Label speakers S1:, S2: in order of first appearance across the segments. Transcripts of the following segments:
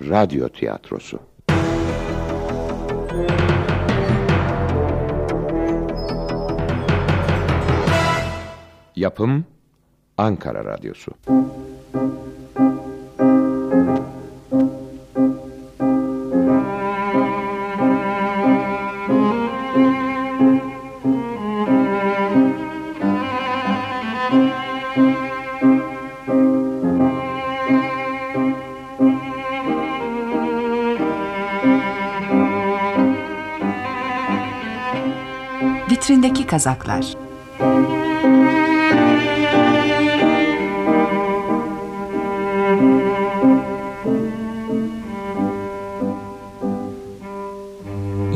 S1: radyo tiyatrosu. Yapım Ankara Radyosu.
S2: Vitrindeki kazaklar.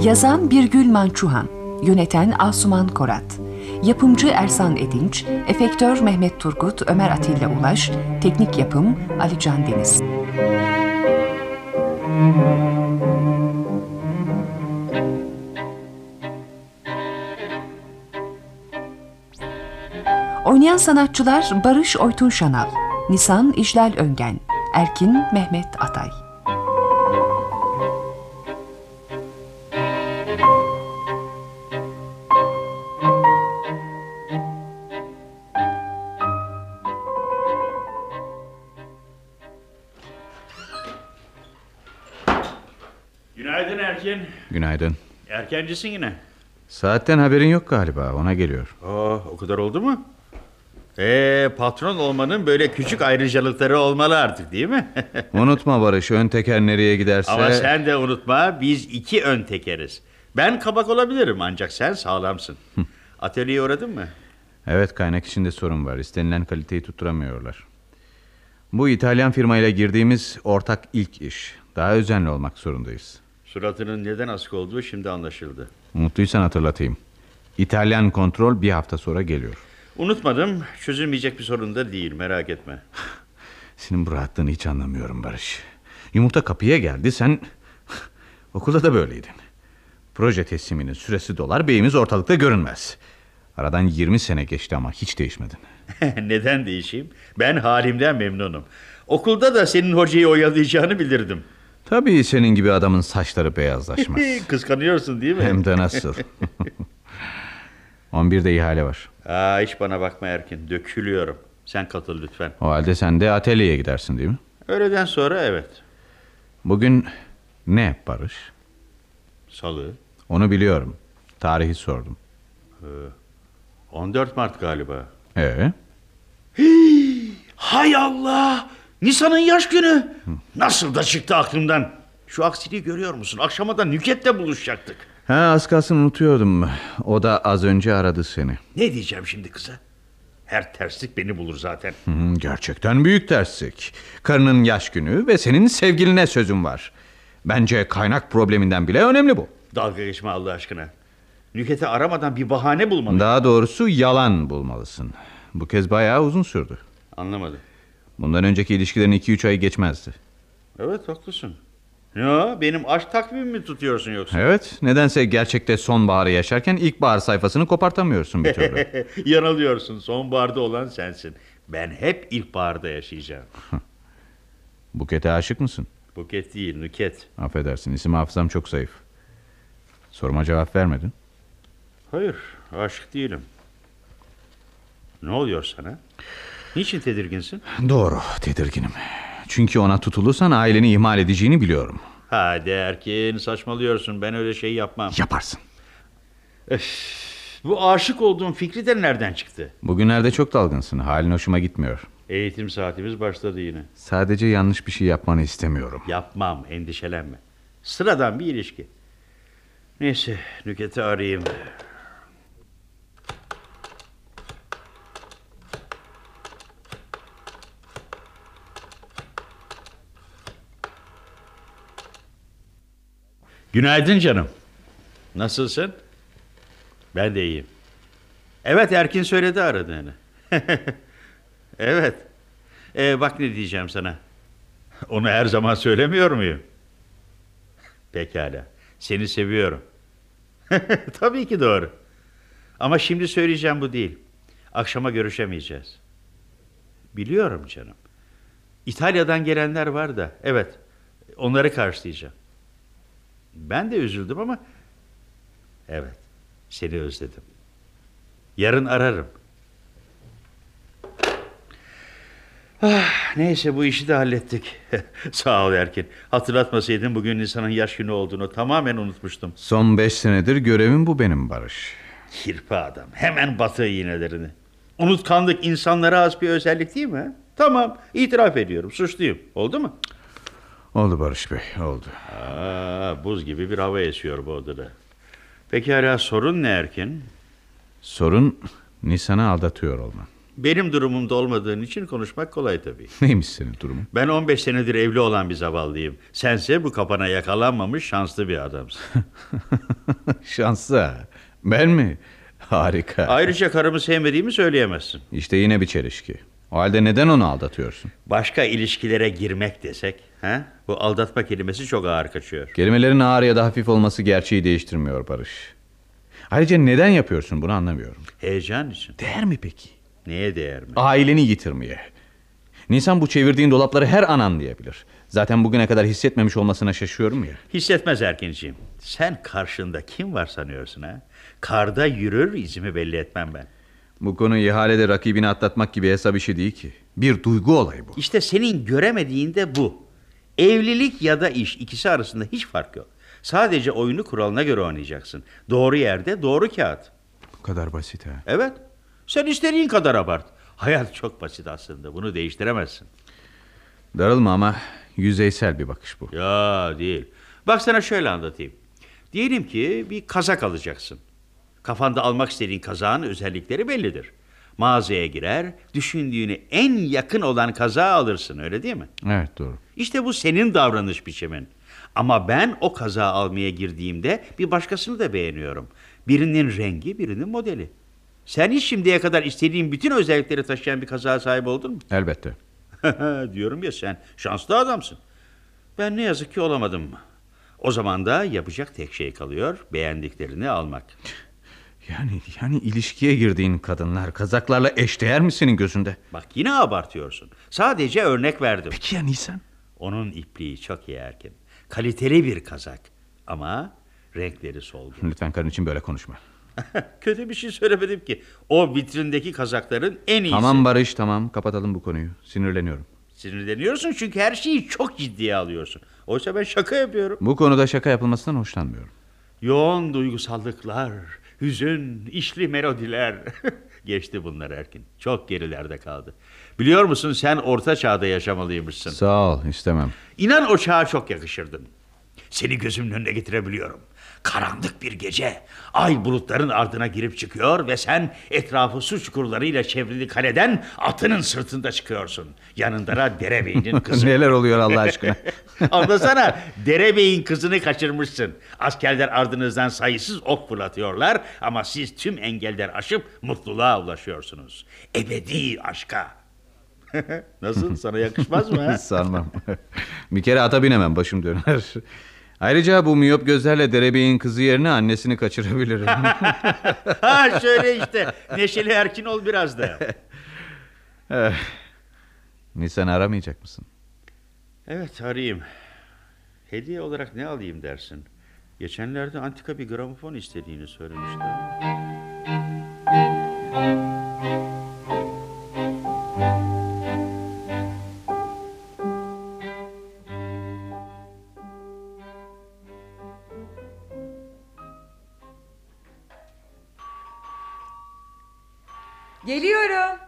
S2: Yazan Birgül Mançuhan, yöneten Asuman Korat, yapımcı Ersan Edinç, efektör Mehmet Turgut, Ömer Atilla Ulaş, teknik yapım Ali Can Deniz. Oynayan sanatçılar Barış Oytun Şanal, Nisan İclal Öngen, Erkin Mehmet Atay.
S3: Günaydın Erken.
S4: Günaydın.
S3: Erkencisin yine.
S4: Saatten haberin yok galiba ona geliyor.
S3: Aa, Oh, o kadar oldu mu? Ee, patron olmanın böyle küçük ayrıcalıkları olmalı artık değil mi?
S4: Unutma Barış ön teker nereye giderse...
S3: Ama sen de unutma biz iki ön tekeriz. Ben kabak olabilirim ancak sen sağlamsın. Atölyeye uğradın mı?
S4: Evet kaynak içinde sorun var. İstenilen kaliteyi tutturamıyorlar. Bu İtalyan firmayla girdiğimiz ortak ilk iş. Daha özenli olmak zorundayız.
S3: Suratının neden asık olduğu şimdi anlaşıldı.
S4: Unuttuysan hatırlatayım. İtalyan kontrol bir hafta sonra geliyor.
S3: Unutmadım çözülmeyecek bir sorun da değil merak etme.
S4: Senin bu rahatlığını hiç anlamıyorum Barış. Yumurta kapıya geldi sen... Okulda da böyleydin. Proje tesliminin süresi dolar beyimiz ortalıkta görünmez. Aradan 20 sene geçti ama hiç değişmedin.
S3: neden değişeyim? Ben halimden memnunum. Okulda da senin hocayı oyalayacağını bilirdim.
S4: Tabii senin gibi adamın saçları beyazlaşmaz.
S3: Kıskanıyorsun değil mi?
S4: Hem de nasıl. 11'de ihale var.
S3: Aa, hiç bana bakma Erkin. Dökülüyorum. Sen katıl lütfen.
S4: O halde sen de atölyeye gidersin değil mi?
S3: Öğleden sonra evet.
S4: Bugün ne Barış?
S3: Salı.
S4: Onu biliyorum. Tarihi sordum.
S3: 14 Mart galiba.
S4: Ee,
S3: Hay Allah! Nisan'ın yaş günü. Nasıl da çıktı aklımdan. Şu aksiliği görüyor musun? Akşama da Nüket'le buluşacaktık.
S4: Ha az kalsın unutuyordum. O da az önce aradı seni.
S3: Ne diyeceğim şimdi kıza? Her terslik beni bulur zaten.
S4: Hı, Hmm, Gerçekten büyük terslik. Karının yaş günü ve senin sevgiline sözüm var. Bence kaynak probleminden bile önemli bu.
S3: Dalga geçme Allah aşkına. Nüket'i aramadan bir bahane bulmalı.
S4: Daha doğrusu yalan bulmalısın. Bu kez bayağı uzun sürdü.
S3: Anlamadım.
S4: Bundan önceki ilişkilerin 2-3 ay geçmezdi.
S3: Evet haklısın. Ne o? Benim aşk takvimi mi tutuyorsun yoksa?
S4: Evet, nedense gerçekte sonbaharı yaşarken ilkbahar sayfasını kopartamıyorsun bir türlü.
S3: Yanılıyorsun. Sonbaharda olan sensin. Ben hep ilkbaharda yaşayacağım.
S4: Bukete aşık mısın?
S3: Buket değil, nüket.
S4: Affedersin, isim hafızam çok zayıf. Soruma cevap vermedin.
S3: Hayır, aşık değilim. Ne oluyor sana? Niçin tedirginsin?
S4: Doğru, tedirginim. Çünkü ona tutulursan aileni ihmal edeceğini biliyorum.
S3: Hadi Erkin, saçmalıyorsun. Ben öyle şey yapmam.
S4: Yaparsın.
S3: Bu aşık olduğun fikri de nereden çıktı?
S4: Bugünlerde çok dalgınsın, halin hoşuma gitmiyor.
S3: Eğitim saatimiz başladı yine.
S4: Sadece yanlış bir şey yapmanı istemiyorum.
S3: Yapmam, endişelenme. Sıradan bir ilişki. Neyse, Nüket'i arayayım. Günaydın canım. Nasılsın? Ben de iyiyim. Evet, Erkin söyledi aradığını. evet. Ee, bak ne diyeceğim sana. Onu her zaman söylemiyor muyum? Pekala. Seni seviyorum. Tabii ki doğru. Ama şimdi söyleyeceğim bu değil. Akşama görüşemeyeceğiz. Biliyorum canım. İtalya'dan gelenler var da. Evet. Onları karşılayacağım. Ben de üzüldüm ama... Evet, seni özledim. Yarın ararım. Ah, neyse bu işi de hallettik. Sağ ol Erkin. Hatırlatmasaydın bugün insanın yaş günü olduğunu tamamen unutmuştum.
S4: Son beş senedir görevim bu benim Barış.
S3: Kirpi adam. Hemen batı iğnelerini. Unutkanlık insanlara has bir özellik değil mi? Tamam, itiraf ediyorum. Suçluyum. Oldu mu?
S4: Oldu Barış Bey oldu.
S3: Aa, buz gibi bir hava esiyor bu odada. Peki hala sorun ne Erkin?
S4: Sorun Nisan'ı aldatıyor olman.
S3: Benim durumumda olmadığın için konuşmak kolay tabii.
S4: Neymiş senin durumun?
S3: Ben 15 senedir evli olan bir zavallıyım. Sense bu kapana yakalanmamış şanslı bir adamsın.
S4: Şansa. Ben mi? Harika.
S3: Ayrıca karımı sevmediğimi söyleyemezsin.
S4: İşte yine bir çelişki. O halde neden onu aldatıyorsun?
S3: Başka ilişkilere girmek desek, ha? Bu aldatma kelimesi çok ağır kaçıyor.
S4: Kelimelerin ağır ya da hafif olması gerçeği değiştirmiyor Barış. Ayrıca neden yapıyorsun bunu anlamıyorum.
S3: Heyecan için.
S4: Değer mi peki?
S3: Neye değer mi?
S4: Aileni yitirmeye. Nisan bu çevirdiğin dolapları her an anlayabilir. Zaten bugüne kadar hissetmemiş olmasına şaşıyorum ya.
S3: Hissetmez Erkinciğim. Sen karşında kim var sanıyorsun ha? Karda yürür izimi belli etmem ben.
S4: Bu konu ihalede rakibini atlatmak gibi hesap işi değil ki. Bir duygu olayı bu.
S3: İşte senin göremediğin de bu. Evlilik ya da iş ikisi arasında hiç fark yok. Sadece oyunu kuralına göre oynayacaksın. Doğru yerde doğru kağıt.
S4: Bu kadar basit ha.
S3: Evet. Sen istediğin kadar abart. Hayat çok basit aslında. Bunu değiştiremezsin.
S4: Darılma ama yüzeysel bir bakış bu.
S3: Ya değil. Bak sana şöyle anlatayım. Diyelim ki bir kazak alacaksın. Kafanda almak istediğin kazağın özellikleri bellidir. Mağazaya girer, düşündüğünü en yakın olan kazağı alırsın öyle değil mi?
S4: Evet doğru.
S3: İşte bu senin davranış biçimin. Ama ben o kaza almaya girdiğimde bir başkasını da beğeniyorum. Birinin rengi, birinin modeli. Sen hiç şimdiye kadar istediğin bütün özellikleri taşıyan bir kaza sahip oldun mu?
S4: Elbette.
S3: Diyorum ya sen şanslı adamsın. Ben ne yazık ki olamadım. O zaman da yapacak tek şey kalıyor beğendiklerini almak.
S4: Yani yani ilişkiye girdiğin kadınlar kazaklarla eşdeğer mi senin gözünde?
S3: Bak yine abartıyorsun. Sadece örnek verdim.
S4: Peki ya Nisan?
S3: Onun ipliği çok iyi erkin. Kaliteli bir kazak ama renkleri solgun.
S4: Lütfen karın için böyle konuşma.
S3: Kötü bir şey söylemedim ki. O vitrindeki kazakların en iyisi.
S4: Tamam Barış tamam kapatalım bu konuyu. Sinirleniyorum.
S3: Sinirleniyorsun çünkü her şeyi çok ciddiye alıyorsun. Oysa ben şaka yapıyorum.
S4: Bu konuda şaka yapılmasından hoşlanmıyorum.
S3: Yoğun duygusallıklar, hüzün, işli melodiler. Geçti bunlar Erkin. Çok gerilerde kaldı. Biliyor musun sen orta çağda yaşamalıymışsın.
S4: Sağ ol istemem.
S3: İnan o çağa çok yakışırdın. Seni gözümün önüne getirebiliyorum. Karanlık bir gece. Ay bulutların ardına girip çıkıyor ve sen etrafı su çukurlarıyla çevrili kaleden atının sırtında çıkıyorsun. Yanında da derebeğinin kızı.
S4: Neler oluyor Allah aşkına?
S3: Anlasana derebeğin kızını kaçırmışsın. Askerler ardınızdan sayısız ok fırlatıyorlar ama siz tüm engeller aşıp mutluluğa ulaşıyorsunuz. Ebedi aşka. Nasıl sana yakışmaz mı? ha?
S4: Sanmam. bir kere ata binemem başım döner. Ayrıca bu miyop gözlerle derebeğin kızı yerine annesini kaçırabilirim.
S3: ha şöyle işte. Neşeli Erkin ol biraz da.
S4: Nisan aramayacak mısın?
S3: Evet arayayım. Hediye olarak ne alayım dersin? Geçenlerde antika bir gramofon istediğini söylemişti.
S5: Geliyorum.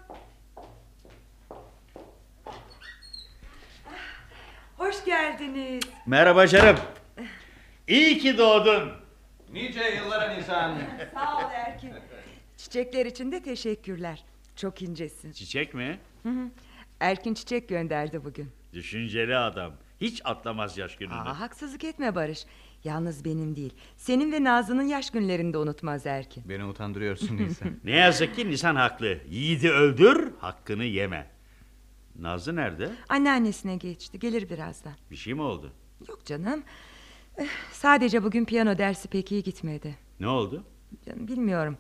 S5: Hoş geldiniz.
S3: Merhaba canım. İyi ki doğdun.
S4: Nice yıllara Nisan.
S5: Sağ ol Erkin. Çiçekler için de teşekkürler. Çok incesin.
S3: Çiçek mi?
S5: Erkin çiçek gönderdi bugün.
S3: Düşünceli adam. Hiç atlamaz yaş gününü.
S5: Aa, haksızlık etme Barış. Yalnız benim değil. Senin ve Nazlı'nın yaş günlerinde unutmaz Erkin.
S4: Beni utandırıyorsun Nisan.
S3: Ne yazık ki Nisan haklı. Yiğidi öldür, hakkını yeme. Nazlı nerede?
S5: Anneannesine geçti. Gelir birazdan.
S3: Bir şey mi oldu?
S5: Yok canım. Eh, Sadece bugün piyano dersi pek iyi gitmedi.
S3: Ne oldu?
S5: Canım bilmiyorum.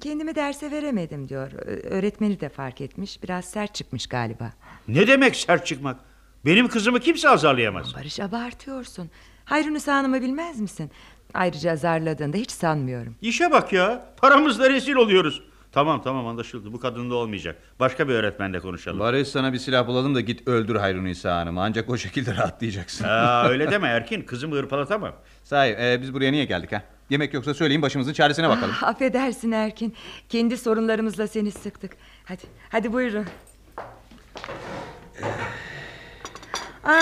S5: Kendimi derse veremedim diyor. Ö- Öğretmeni de fark etmiş. Biraz sert çıkmış galiba.
S3: Ne demek sert çıkmak? Benim kızımı kimse azarlayamaz.
S5: Barış abartıyorsun. Hayrünüsa Hanım'ı bilmez misin? Ayrıca azarladığında hiç sanmıyorum.
S3: İşe bak ya. Paramızla rezil oluyoruz. Tamam tamam anlaşıldı. Bu kadın da olmayacak. Başka bir öğretmenle konuşalım.
S4: Barış sana bir silah bulalım da git öldür Hayrunisa Hanım'ı. Ancak o şekilde rahatlayacaksın.
S3: Aa, öyle deme Erkin. Kızımı hırpalatamam.
S4: Sahi e, biz buraya niye geldik ha? Yemek yoksa söyleyin başımızın çaresine bakalım.
S5: Ah, affedersin Erkin. Kendi sorunlarımızla seni sıktık. Hadi, hadi buyurun. Aa,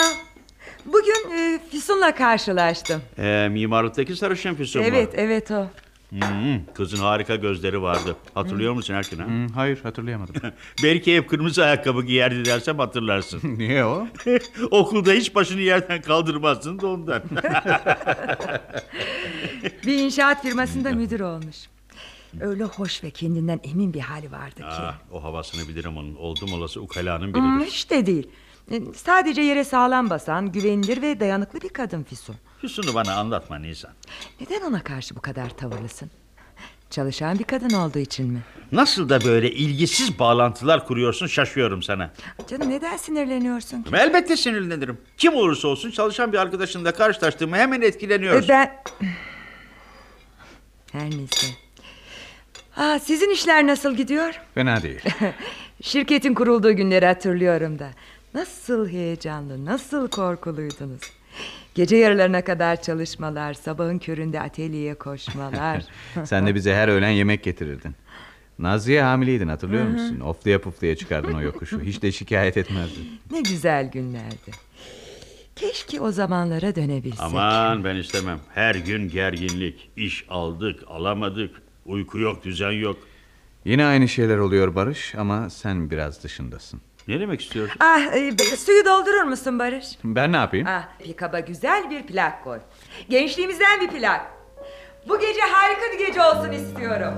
S5: bugün e, Füsun'la karşılaştım.
S3: Ee, mimarlıktaki sarışın füsun mu?
S5: Evet, evet o.
S3: Hmm, kızın harika gözleri vardı. Hatırlıyor musun Erkin? Ha?
S4: Hı, Hmm, Hayır hatırlayamadım.
S3: Belki hep kırmızı ayakkabı giyerdi dersem hatırlarsın.
S4: niye o?
S3: Okulda hiç başını yerden kaldırmazsın da ondan.
S5: Bir inşaat firmasında müdür olmuş. Öyle hoş ve kendinden emin bir hali vardı ki.
S3: Aa, o havasını bilirim onun. Oldum olası ukalanın
S5: Hmm,
S3: biridir.
S5: hiç de değil. E, Sadece yere sağlam basan, güvenilir ve dayanıklı bir kadın Füsun.
S3: Füsun'u bana anlatma Nisan.
S5: Neden ona karşı bu kadar tavırlısın? Çalışan bir kadın olduğu için mi?
S3: Nasıl da böyle ilgisiz bağlantılar kuruyorsun şaşıyorum sana.
S5: Canım neden sinirleniyorsun ki?
S3: Elbette sinirlenirim. Kim olursa olsun çalışan bir arkadaşınla karşılaştığımı hemen etkileniyorsun.
S5: E, Ben... Her neyse. Aa, sizin işler nasıl gidiyor?
S4: Fena değil.
S5: Şirketin kurulduğu günleri hatırlıyorum da. Nasıl heyecanlı, nasıl korkuluydunuz. Gece yarılarına kadar çalışmalar, sabahın köründe atölyeye koşmalar.
S4: Sen de bize her öğlen yemek getirirdin. Naziye hamileydin hatırlıyor musun? Oflaya puflaya çıkardın o yokuşu. Hiç de şikayet etmezdin.
S5: ne güzel günlerdi. Keşke o zamanlara dönebilsek.
S3: Aman ben istemem. Her gün gerginlik. İş aldık, alamadık. Uyku yok, düzen yok.
S4: Yine aynı şeyler oluyor Barış ama sen biraz dışındasın.
S3: Ne demek istiyorsun?
S5: Ah, e, be- suyu doldurur musun Barış?
S4: Ben ne yapayım?
S5: Ah, bir kaba güzel bir plak koy. Gençliğimizden bir plak. Bu gece harika bir gece olsun istiyorum.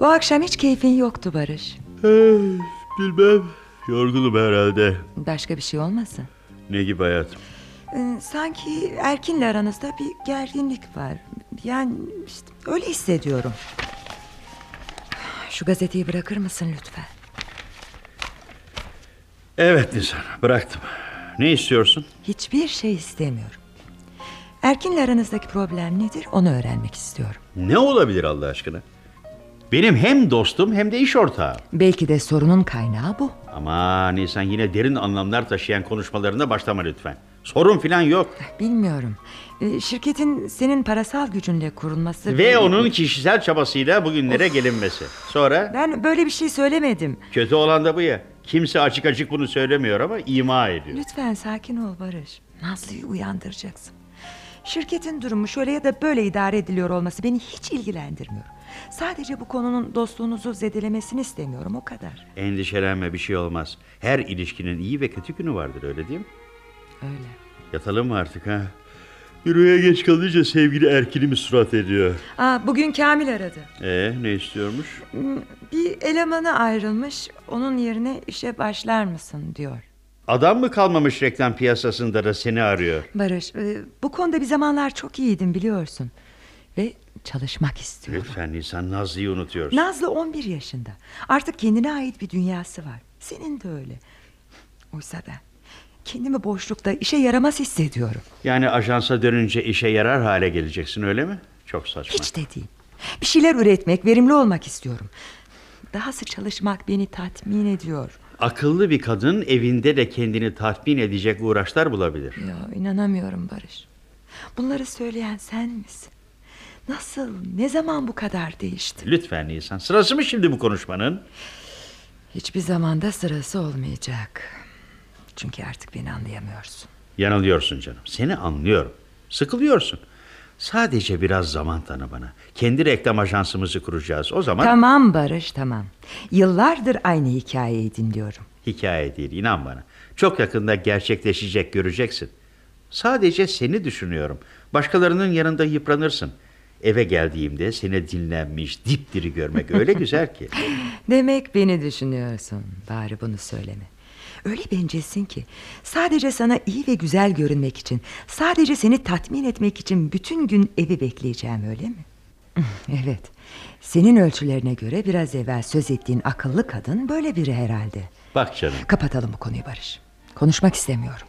S5: Bu akşam hiç keyfin yoktu Barış.
S3: Bilmem. Yorgunum herhalde.
S5: Başka bir şey olmasın?
S3: Ne gibi hayatım?
S5: Ee, Sanki Erkin'le aranızda bir gerginlik var. Yani işte öyle hissediyorum. Şu gazeteyi bırakır mısın lütfen?
S3: Evet Nisan, bıraktım. Ne istiyorsun?
S5: Hiçbir şey istemiyorum. Erkin'le aranızdaki problem nedir onu öğrenmek istiyorum.
S3: Ne olabilir Allah aşkına? Benim hem dostum hem de iş ortağım.
S5: Belki de sorunun kaynağı bu.
S3: Ama Nisan yine derin anlamlar taşıyan konuşmalarına başlama lütfen. Sorun filan yok.
S5: Bilmiyorum. Ee, Şirketin senin parasal gücünle kurulması...
S3: Ve onun kişisel çabasıyla bugünlere gelinmesi. Sonra
S5: Ben böyle bir şey söylemedim.
S3: kötü olan da bu ya. Kimse açık açık bunu söylemiyor ama ima ediyor.
S5: Lütfen sakin ol Barış. Nazlı'yı uyandıracaksın. Şirketin durumu şöyle ya da böyle idare ediliyor olması beni hiç ilgilendirmiyor. Sadece bu konunun dostluğunuzu zedelemesini istemiyorum o kadar.
S3: Endişelenme bir şey olmaz. Her ilişkinin iyi ve kötü günü vardır öyle değil mi?
S5: Öyle.
S3: Yatalım mı artık ha? Yürüye geç kalınca sevgili Erkin'imi surat ediyor.
S5: Aa, bugün Kamil aradı. Hmm,
S3: Ee ne istiyormuş?
S5: Bir elemanı ayrılmış onun yerine işe başlar mısın diyor.
S3: Adam mı kalmamış reklam piyasasında da seni arıyor?
S5: Barış e, bu konuda bir zamanlar çok iyiydim biliyorsun. Ve çalışmak istiyorum.
S3: Lütfen Nisan Nazlı'yı unutuyorsun.
S5: Nazlı 11 yaşında. Artık kendine ait bir dünyası var. Senin de öyle. Oysa ben kendimi boşlukta işe yaramaz hissediyorum.
S3: Yani ajansa dönünce işe yarar hale geleceksin öyle mi? Çok saçma.
S5: Hiç de değil. Bir şeyler üretmek, verimli olmak istiyorum. Dahası çalışmak beni tatmin ediyor.
S3: Akıllı bir kadın evinde de kendini tatmin edecek uğraşlar bulabilir.
S5: Ya inanamıyorum Barış. Bunları söyleyen sen misin? Nasıl, ne zaman bu kadar değiştin?
S3: Lütfen Nisan. Sırası mı şimdi bu konuşmanın?
S5: Hiçbir zamanda sırası olmayacak. Çünkü artık beni anlayamıyorsun.
S3: Yanılıyorsun canım. Seni anlıyorum. Sıkılıyorsun. Sadece biraz zaman tanı bana. Kendi reklam ajansımızı kuracağız. O zaman
S5: Tamam Barış tamam. Yıllardır aynı hikayeyi dinliyorum.
S3: hikaye değil inan bana. Çok yakında gerçekleşecek göreceksin. Sadece seni düşünüyorum. Başkalarının yanında yıpranırsın. Eve geldiğimde seni dinlenmiş, dipdiri görmek öyle güzel ki.
S5: Demek beni düşünüyorsun. Bari bunu söyleme. Öyle bencesin ki sadece sana iyi ve güzel görünmek için, sadece seni tatmin etmek için bütün gün evi bekleyeceğim öyle mi? evet. Senin ölçülerine göre biraz evvel söz ettiğin akıllı kadın böyle biri herhalde.
S3: Bak canım.
S5: Kapatalım bu konuyu Barış. Konuşmak istemiyorum.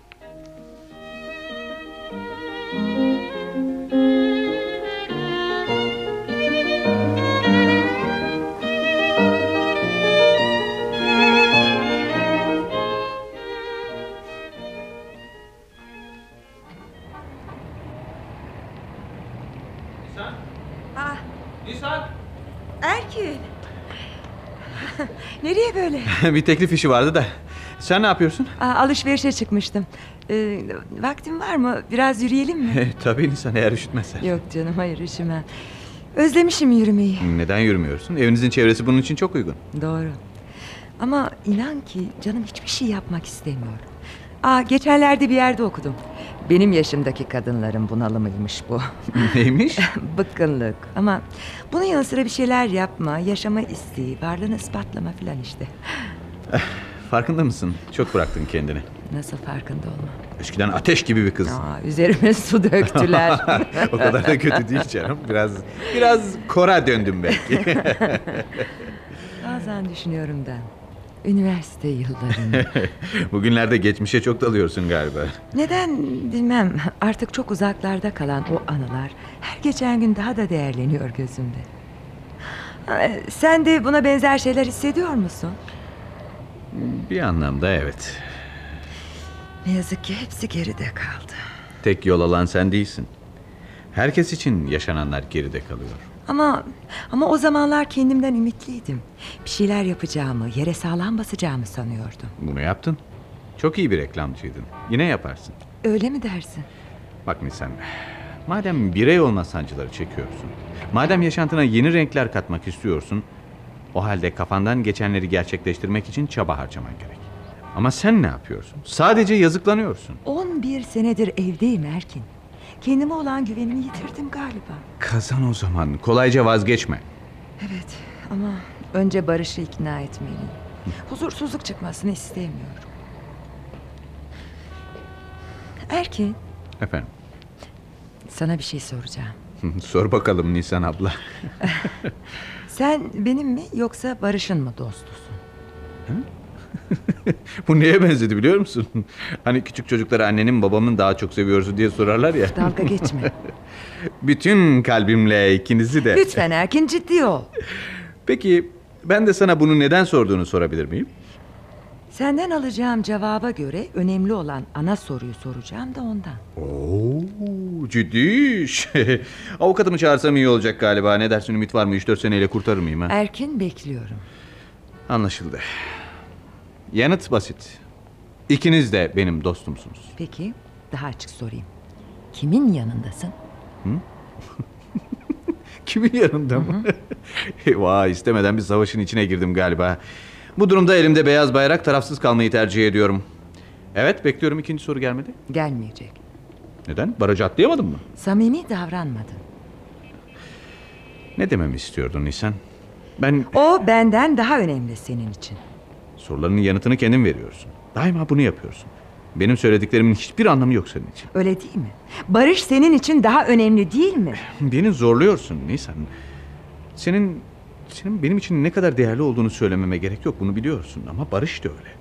S5: Ah. Erkin. Nereye böyle?
S4: bir teklif işi vardı da. Sen ne yapıyorsun?
S5: Aa, alışverişe çıkmıştım. Ee, vaktin var mı? Biraz yürüyelim mi?
S4: Eh, Tabii Nisan eğer üşütmezsen.
S5: Yok canım hayır üşümem. Özlemişim yürümeyi.
S4: Neden yürümüyorsun? Evinizin çevresi bunun için çok uygun.
S5: Doğru. Ama inan ki canım hiçbir şey yapmak istemiyor. Aa, geçenlerde bir yerde okudum. Benim yaşımdaki kadınların bunalımıymış bu.
S4: Neymiş?
S5: Bıkkınlık. Ama bunun yanı sıra bir şeyler yapma, yaşama isteği, varlığını ispatlama filan işte.
S4: Farkında mısın? Çok bıraktın kendini.
S5: Nasıl farkında olmam.
S4: Eskiden ateş gibi bir kız.
S5: Aa, üzerime su döktüler.
S4: o kadar da kötü değil canım. Biraz biraz kora döndüm belki.
S5: Bazen düşünüyorum ben. Üniversite yıllarını.
S4: Bugünlerde geçmişe çok dalıyorsun galiba.
S5: Neden bilmem artık çok uzaklarda kalan o anılar her geçen gün daha da değerleniyor gözümde. Ee, Sen de buna benzer şeyler hissediyor musun?
S4: Bir anlamda evet.
S5: Ne yazık ki hepsi geride kaldı.
S4: Tek yol alan sen değilsin. Herkes için yaşananlar geride kalıyor.
S5: Ama ama o zamanlar kendimden ümitliydim. Bir şeyler yapacağımı, yere sağlam basacağımı sanıyordum.
S4: Bunu yaptın. Çok iyi bir reklamcıydın. Yine yaparsın.
S5: Öyle mi dersin?
S4: Bak Nisan, madem birey olma sancıları çekiyorsun, madem yaşantına yeni renkler katmak istiyorsun, o halde kafandan geçenleri gerçekleştirmek için çaba harcaman gerek. Ama sen ne yapıyorsun? Sadece yazıklanıyorsun.
S5: 11 senedir evdeyim Erkin. Kendime olan güvenimi yitirdim galiba.
S4: Kazan o zaman, kolayca vazgeçme.
S5: Evet ama önce Barış'ı ikna etmeliyim. Huzursuzluk çıkmasını istemiyorum. Erkin,
S4: Efendim,
S5: sana bir şey soracağım.
S4: sor bakalım Nisan abla.
S5: Sen benim mi yoksa Barış'ın mı dostusun?
S4: Bu neye benzedi biliyor musun? Hani küçük çocuklara annenin babamın daha çok seviyorsun diye sorarlar ya.
S5: Dalga geçme.
S4: Bütün kalbimle ikinizi de.
S5: Lütfen Erkin ciddi ol.
S4: Peki ben de sana bunu neden sorduğunu sorabilir miyim?
S5: Senden alacağım cevaba göre önemli olan ana soruyu soracağım da ondan.
S4: Oo, ciddi iş. Avukatımı çağırsam iyi olacak galiba. Ne dersin ümit var mı? 3-4 seneyle kurtarır mıyım ha?
S5: Erkin bekliyorum.
S4: Anlaşıldı. Yanıt basit. İkiniz de benim dostumsunuz.
S5: Peki daha açık sorayım. Kimin yanındasın?
S4: Kimin yanında mı? E, Vay istemeden bir savaşın içine girdim galiba. Bu durumda elimde beyaz bayrak tarafsız kalmayı tercih ediyorum. Evet bekliyorum ikinci soru gelmedi.
S5: Gelmeyecek.
S4: Neden? Barajı atlayamadın mı?
S5: Samimi davranmadın.
S4: Ne dememi istiyordun Nisan? Ben
S5: O benden daha önemli senin için.
S4: sorularının yanıtını kendin veriyorsun. Daima bunu yapıyorsun. Benim söylediklerimin hiçbir anlamı yok senin için.
S5: Öyle değil mi? Barış senin için daha önemli değil mi?
S4: Beni zorluyorsun Nisan. Senin senin benim için ne kadar değerli olduğunu söylememe gerek yok. Bunu biliyorsun ama Barış da öyle.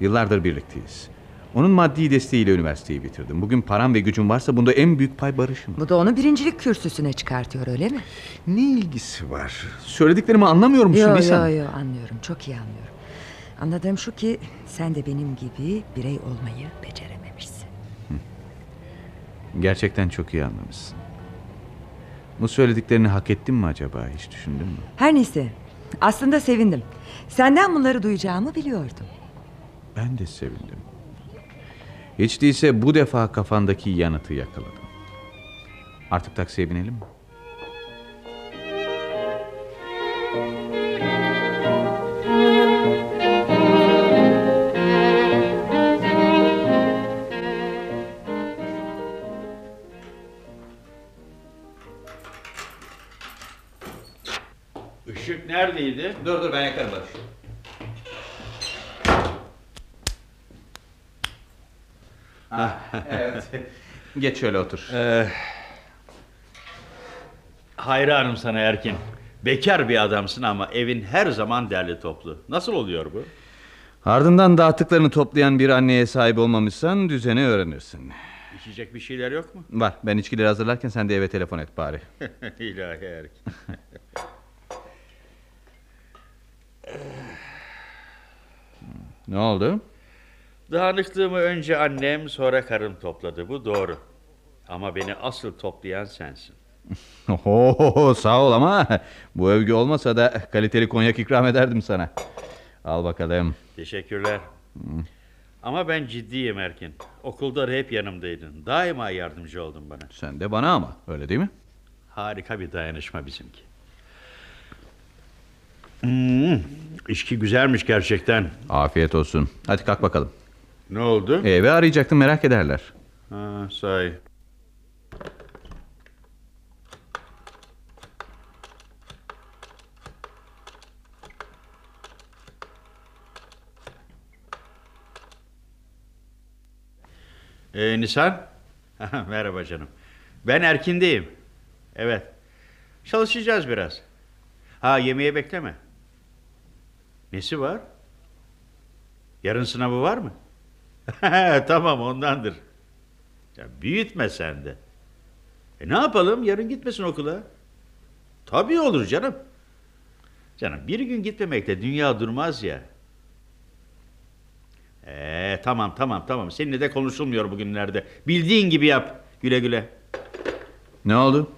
S4: Yıllardır birlikteyiz. Onun maddi desteğiyle üniversiteyi bitirdim. Bugün param ve gücüm varsa bunda en büyük pay Barış'ın.
S5: Bu da onu birincilik kürsüsüne çıkartıyor öyle mi?
S4: Ne ilgisi var? Söylediklerimi anlamıyor musun
S5: Yo
S4: Nisan?
S5: yo yo anlıyorum çok iyi anlıyorum. Anladığım şu ki sen de benim gibi birey olmayı becerememişsin.
S4: Gerçekten çok iyi anlamışsın. Bu söylediklerini hak ettim mi acaba? Hiç düşündün mü?
S5: Her neyse aslında sevindim. Senden bunları duyacağımı biliyordum.
S4: Ben de sevindim. Hiç değilse bu defa kafandaki yanıtı yakaladım. Artık taksiye binelim mi?
S3: Işık neredeydi?
S4: Dur dur ben yakarım Barış. Ah, evet. Ee, Geç şöyle otur.
S3: Hayranım sana Erkin. Bekar bir adamsın ama evin her zaman derli toplu. Nasıl oluyor bu?
S4: Ardından dağıttıklarını toplayan bir anneye sahip olmamışsan düzeni öğrenirsin.
S3: İçecek bir şeyler yok mu?
S4: Var ben içkileri hazırlarken sen de eve telefon et bari.
S3: İlahi Erkin.
S4: Ne oldu?
S3: Dağınıklığımı önce annem sonra karım topladı. Bu doğru. Ama beni asıl toplayan sensin.
S4: Oho, sağ ol ama bu övgü olmasa da kaliteli konyak ikram ederdim sana. Al bakalım.
S3: Teşekkürler. Ama ben ciddiyim Erkin. Okulda da hep yanımdaydın. Daima yardımcı oldun bana.
S4: Sen de bana ama öyle değil mi?
S3: Harika bir dayanışma bizimki. Hmm, içki güzelmiş gerçekten.
S4: Afiyet olsun. Hadi kalk bakalım.
S3: Ne oldu?
S4: Eve arayacaktım merak ederler.
S3: Ha, sahi. Ee, Nisan? Merhaba canım. Ben Erkin'deyim. Evet. Çalışacağız biraz. Ha yemeğe bekleme. Nesi var? Yarın sınavı var mı? tamam ondandır. Ya büyütme sen de. E ne yapalım yarın gitmesin okula. Tabii olur canım. Canım bir gün gitmemekle dünya durmaz ya. Ee, tamam tamam tamam seninle de konuşulmuyor bugünlerde. Bildiğin gibi yap güle güle.
S4: Ne oldu?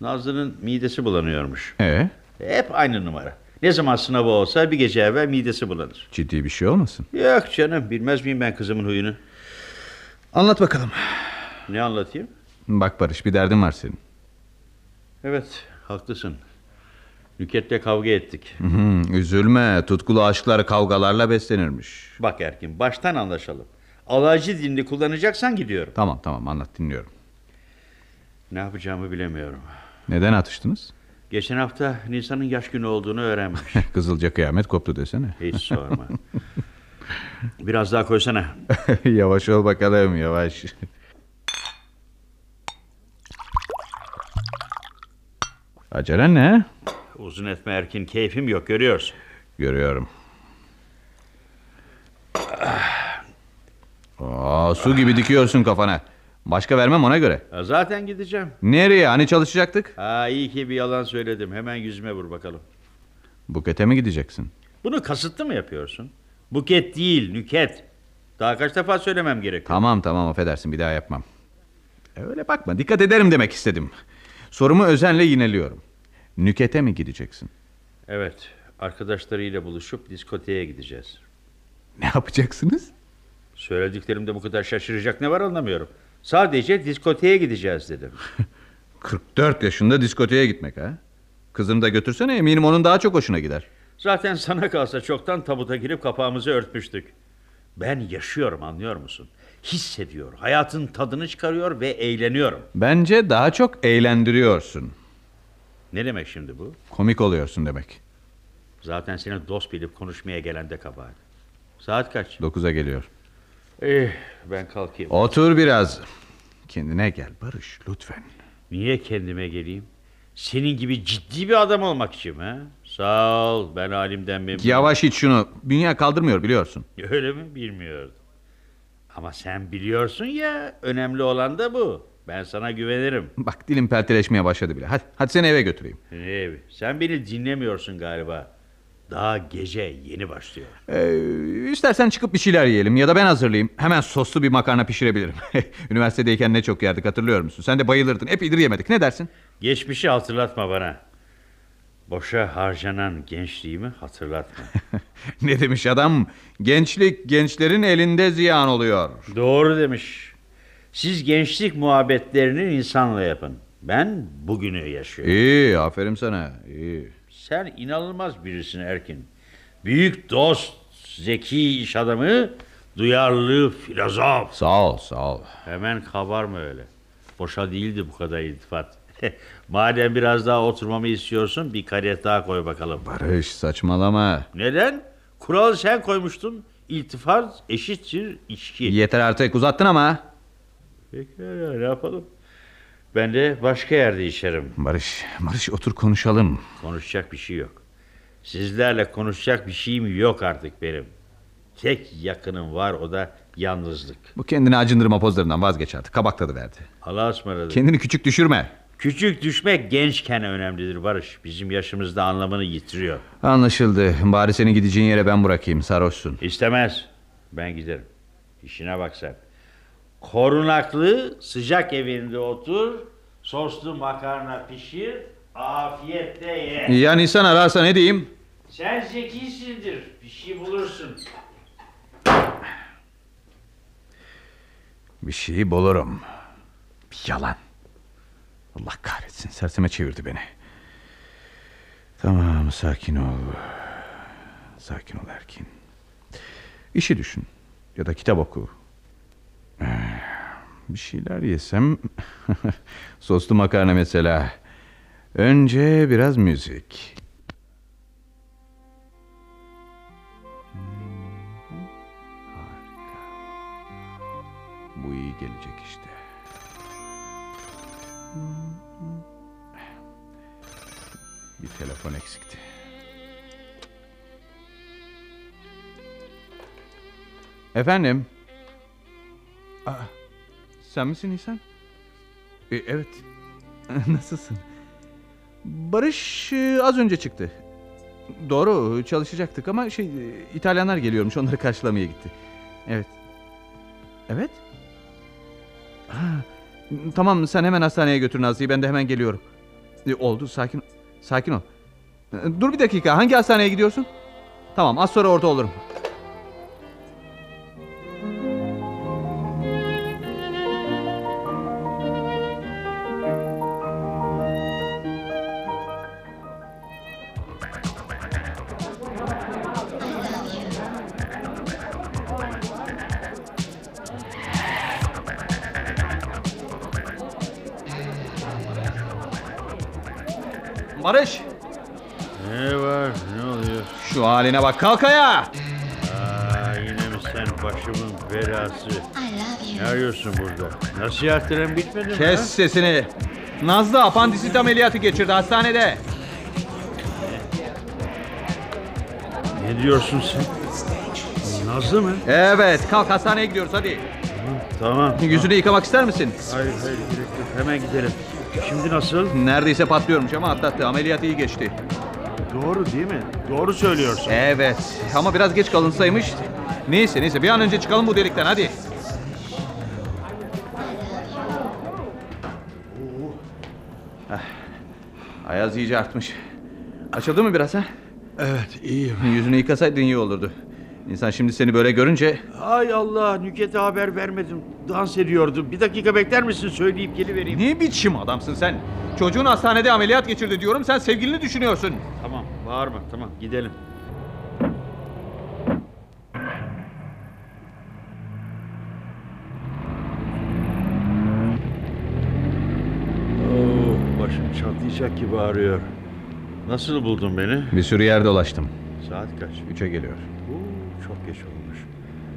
S3: Nazlı'nın midesi bulanıyormuş.
S4: Ee,
S3: Hep aynı numara. Ne zaman sınavı olsa bir gece evvel midesi bulanır.
S4: ciddi bir şey olmasın.
S3: Yok canım bilmez miyim ben kızımın huyunu.
S4: Anlat bakalım.
S3: Ne anlatayım?
S4: Bak Barış bir derdin var senin.
S3: Evet haklısın. Nüket'le kavga ettik.
S4: Hı, üzülme tutkulu aşklar kavgalarla beslenirmiş.
S3: Bak Erkin baştan anlaşalım. Alaycı dilini kullanacaksan gidiyorum.
S4: Tamam tamam anlat dinliyorum.
S3: Ne yapacağımı bilemiyorum.
S4: Neden atıştınız?
S3: Geçen hafta Nisan'ın yaş günü olduğunu öğrenmiş.
S4: Kızılca kıyamet koptu desene.
S3: Hiç sorma. Biraz daha koysana.
S4: yavaş ol bakalım yavaş. Acele ne?
S3: Uzun etme Erkin keyfim yok görüyorsun.
S4: Görüyorum. Aa, su gibi dikiyorsun kafana. Başka vermem ona göre.
S3: Ya Zaten gideceğim.
S4: Nereye? Hani çalışacaktık?
S3: Ha, iyi ki bir yalan söyledim. Hemen yüzüme vur bakalım.
S4: Bukete mi gideceksin?
S3: Bunu kasıtlı mı yapıyorsun? Buket değil nüket. Daha kaç defa söylemem gerekiyor.
S4: Tamam tamam affedersin bir daha yapmam. Öyle bakma dikkat ederim demek istedim. Sorumu özenle yineliyorum. Nükete mi gideceksin?
S3: Evet arkadaşlarıyla buluşup diskoteye gideceğiz.
S4: Ne yapacaksınız?
S3: Söylediklerimde bu kadar şaşıracak ne var anlamıyorum. Sadece diskoteye gideceğiz dedim.
S4: 44 yaşında diskoteye gitmek ha? Kızını da götürsene eminim onun daha çok hoşuna gider.
S3: Zaten sana kalsa çoktan tabuta girip kapağımızı örtmüştük. Ben yaşıyorum anlıyor musun? Hissediyor, hayatın tadını çıkarıyor ve eğleniyorum.
S4: Bence daha çok eğlendiriyorsun.
S3: Ne demek şimdi bu?
S4: Komik oluyorsun demek.
S3: Zaten seni dost bilip konuşmaya gelen de kabahat. Saat kaç?
S4: 9'a geliyor.
S3: Eh, ben kalkayım.
S4: Otur biraz. Kendine gel Barış lütfen.
S3: Niye kendime geleyim? Senin gibi ciddi bir adam olmak için ha? Sağ ol, ben halimden memnunum.
S4: Yavaş iç şunu. Dünya kaldırmıyor biliyorsun.
S3: Öyle mi bilmiyordum. Ama sen biliyorsun ya önemli olan da bu. Ben sana güvenirim.
S4: Bak dilim pelteleşmeye başladı bile. Hadi, hadi seni eve götüreyim.
S3: Ev, Ee, sen beni dinlemiyorsun galiba. Daha gece yeni başlıyor.
S4: Ee, istersen çıkıp bir şeyler yiyelim ya da ben hazırlayayım. Hemen soslu bir makarna pişirebilirim. Üniversitedeyken ne çok yerdik hatırlıyor musun? Sen de bayılırdın. Epeydir yemedik. Ne dersin?
S3: Geçmişi hatırlatma bana. Boşa harcanan gençliğimi hatırlatma.
S4: ne demiş adam? Gençlik gençlerin elinde ziyan oluyor.
S3: Doğru demiş. Siz gençlik muhabbetlerini insanla yapın. Ben bugünü yaşıyorum.
S4: İyi aferin sana. İyi.
S3: Sen inanılmaz birisin Erkin. Büyük dost, zeki iş adamı, duyarlı filozof.
S4: Sağ ol sağ ol.
S3: Hemen kabarma öyle. Boşa değildi bu kadar iltifat. Madem biraz daha oturmamı istiyorsun bir karet daha koy bakalım.
S4: Barış saçmalama.
S3: Neden? Kural sen koymuştun. İltifat eşittir içki.
S4: Yeter artık uzattın ama.
S3: Pekala ne yapalım? Ben de başka yerde içerim.
S4: Barış, Barış otur konuşalım.
S3: Konuşacak bir şey yok. Sizlerle konuşacak bir şeyim yok artık benim. Tek yakınım var o da yalnızlık.
S4: Bu kendini acındırma pozlarından vazgeç artık. Kabak tadı verdi.
S3: Allah'a ısmarladık.
S4: Kendini küçük düşürme.
S3: Küçük düşmek gençken önemlidir Barış. Bizim yaşımızda anlamını yitiriyor.
S4: Anlaşıldı. Bari seni gideceğin yere ben bırakayım. Sarhoşsun.
S3: İstemez. Ben giderim. İşine bak sen. Korunaklı sıcak evinde otur. Soslu makarna pişir. Afiyetle ye.
S4: Ya Nisan ararsa ne diyeyim?
S3: Sen zekisindir. Bir şey bulursun.
S4: Bir şeyi bulurum. Bir yalan. Allah kahretsin. Serseme çevirdi beni. Tamam sakin ol. Sakin ol Erkin. İşi düşün. Ya da kitap oku. Eh, Bir şeyler yesem. Soslu makarna mesela. Önce biraz müzik. Bu iyi gelecek işte. Bir telefon eksikti. Efendim? Aa, sen misin İhsan? E, evet. Nasılsın? Barış e, az önce çıktı. Doğru çalışacaktık ama şey e, İtalyanlar geliyormuş onları karşılamaya gitti. Evet. Evet? Tamam sen hemen hastaneye götür Nazlı'yı ben de hemen geliyorum. E, oldu sakin sakin ol. E, Dur bir dakika hangi hastaneye gidiyorsun? Tamam az sonra orada olurum. Barış
S3: Ne var? Ne oluyor?
S4: şu haline bak kalk ayağa.
S3: Aa, yine mi sen başımın belası?
S6: I love you.
S3: Ne arıyorsun burada? Nasihatlerim bitmedi mi?
S4: Kes sesini. Nazlı apandisit ameliyatı geçirdi hastanede.
S3: ha? Ne diyorsun sen? Nazlı mı?
S4: Evet kalk hastaneye gidiyoruz hadi.
S3: Tamam.
S4: Yüzünü yıkamak ister misin?
S3: Hayır hayır gerek yok. Hemen gidelim. Şimdi nasıl?
S4: Neredeyse patlıyormuş ama atlattı ameliyat iyi geçti.
S3: Doğru değil mi? Doğru söylüyorsun.
S4: Evet ama biraz geç kalınsaymış. Neyse neyse bir an önce çıkalım bu delikten hadi. Ah, Ayaz iyice artmış. Açıldı mı biraz ha?
S7: Evet iyiyim.
S4: Yüzünü yıkasaydın iyi olurdu. İnsan şimdi seni böyle görünce...
S3: Ay Allah Nüket'e haber vermedim. Dans ediyordum. Bir dakika bekler misin söyleyip gelivereyim.
S4: Ne biçim adamsın sen? Çocuğun hastanede ameliyat geçirdi diyorum sen sevgilini düşünüyorsun.
S3: Tamam bağırma tamam gidelim. Oh, başım çatlayacak gibi ağrıyor. Nasıl buldun beni?
S4: Bir sürü yer dolaştım.
S3: Saat kaç?
S4: Üçe geliyor.
S3: Oo, çok geç olmuş.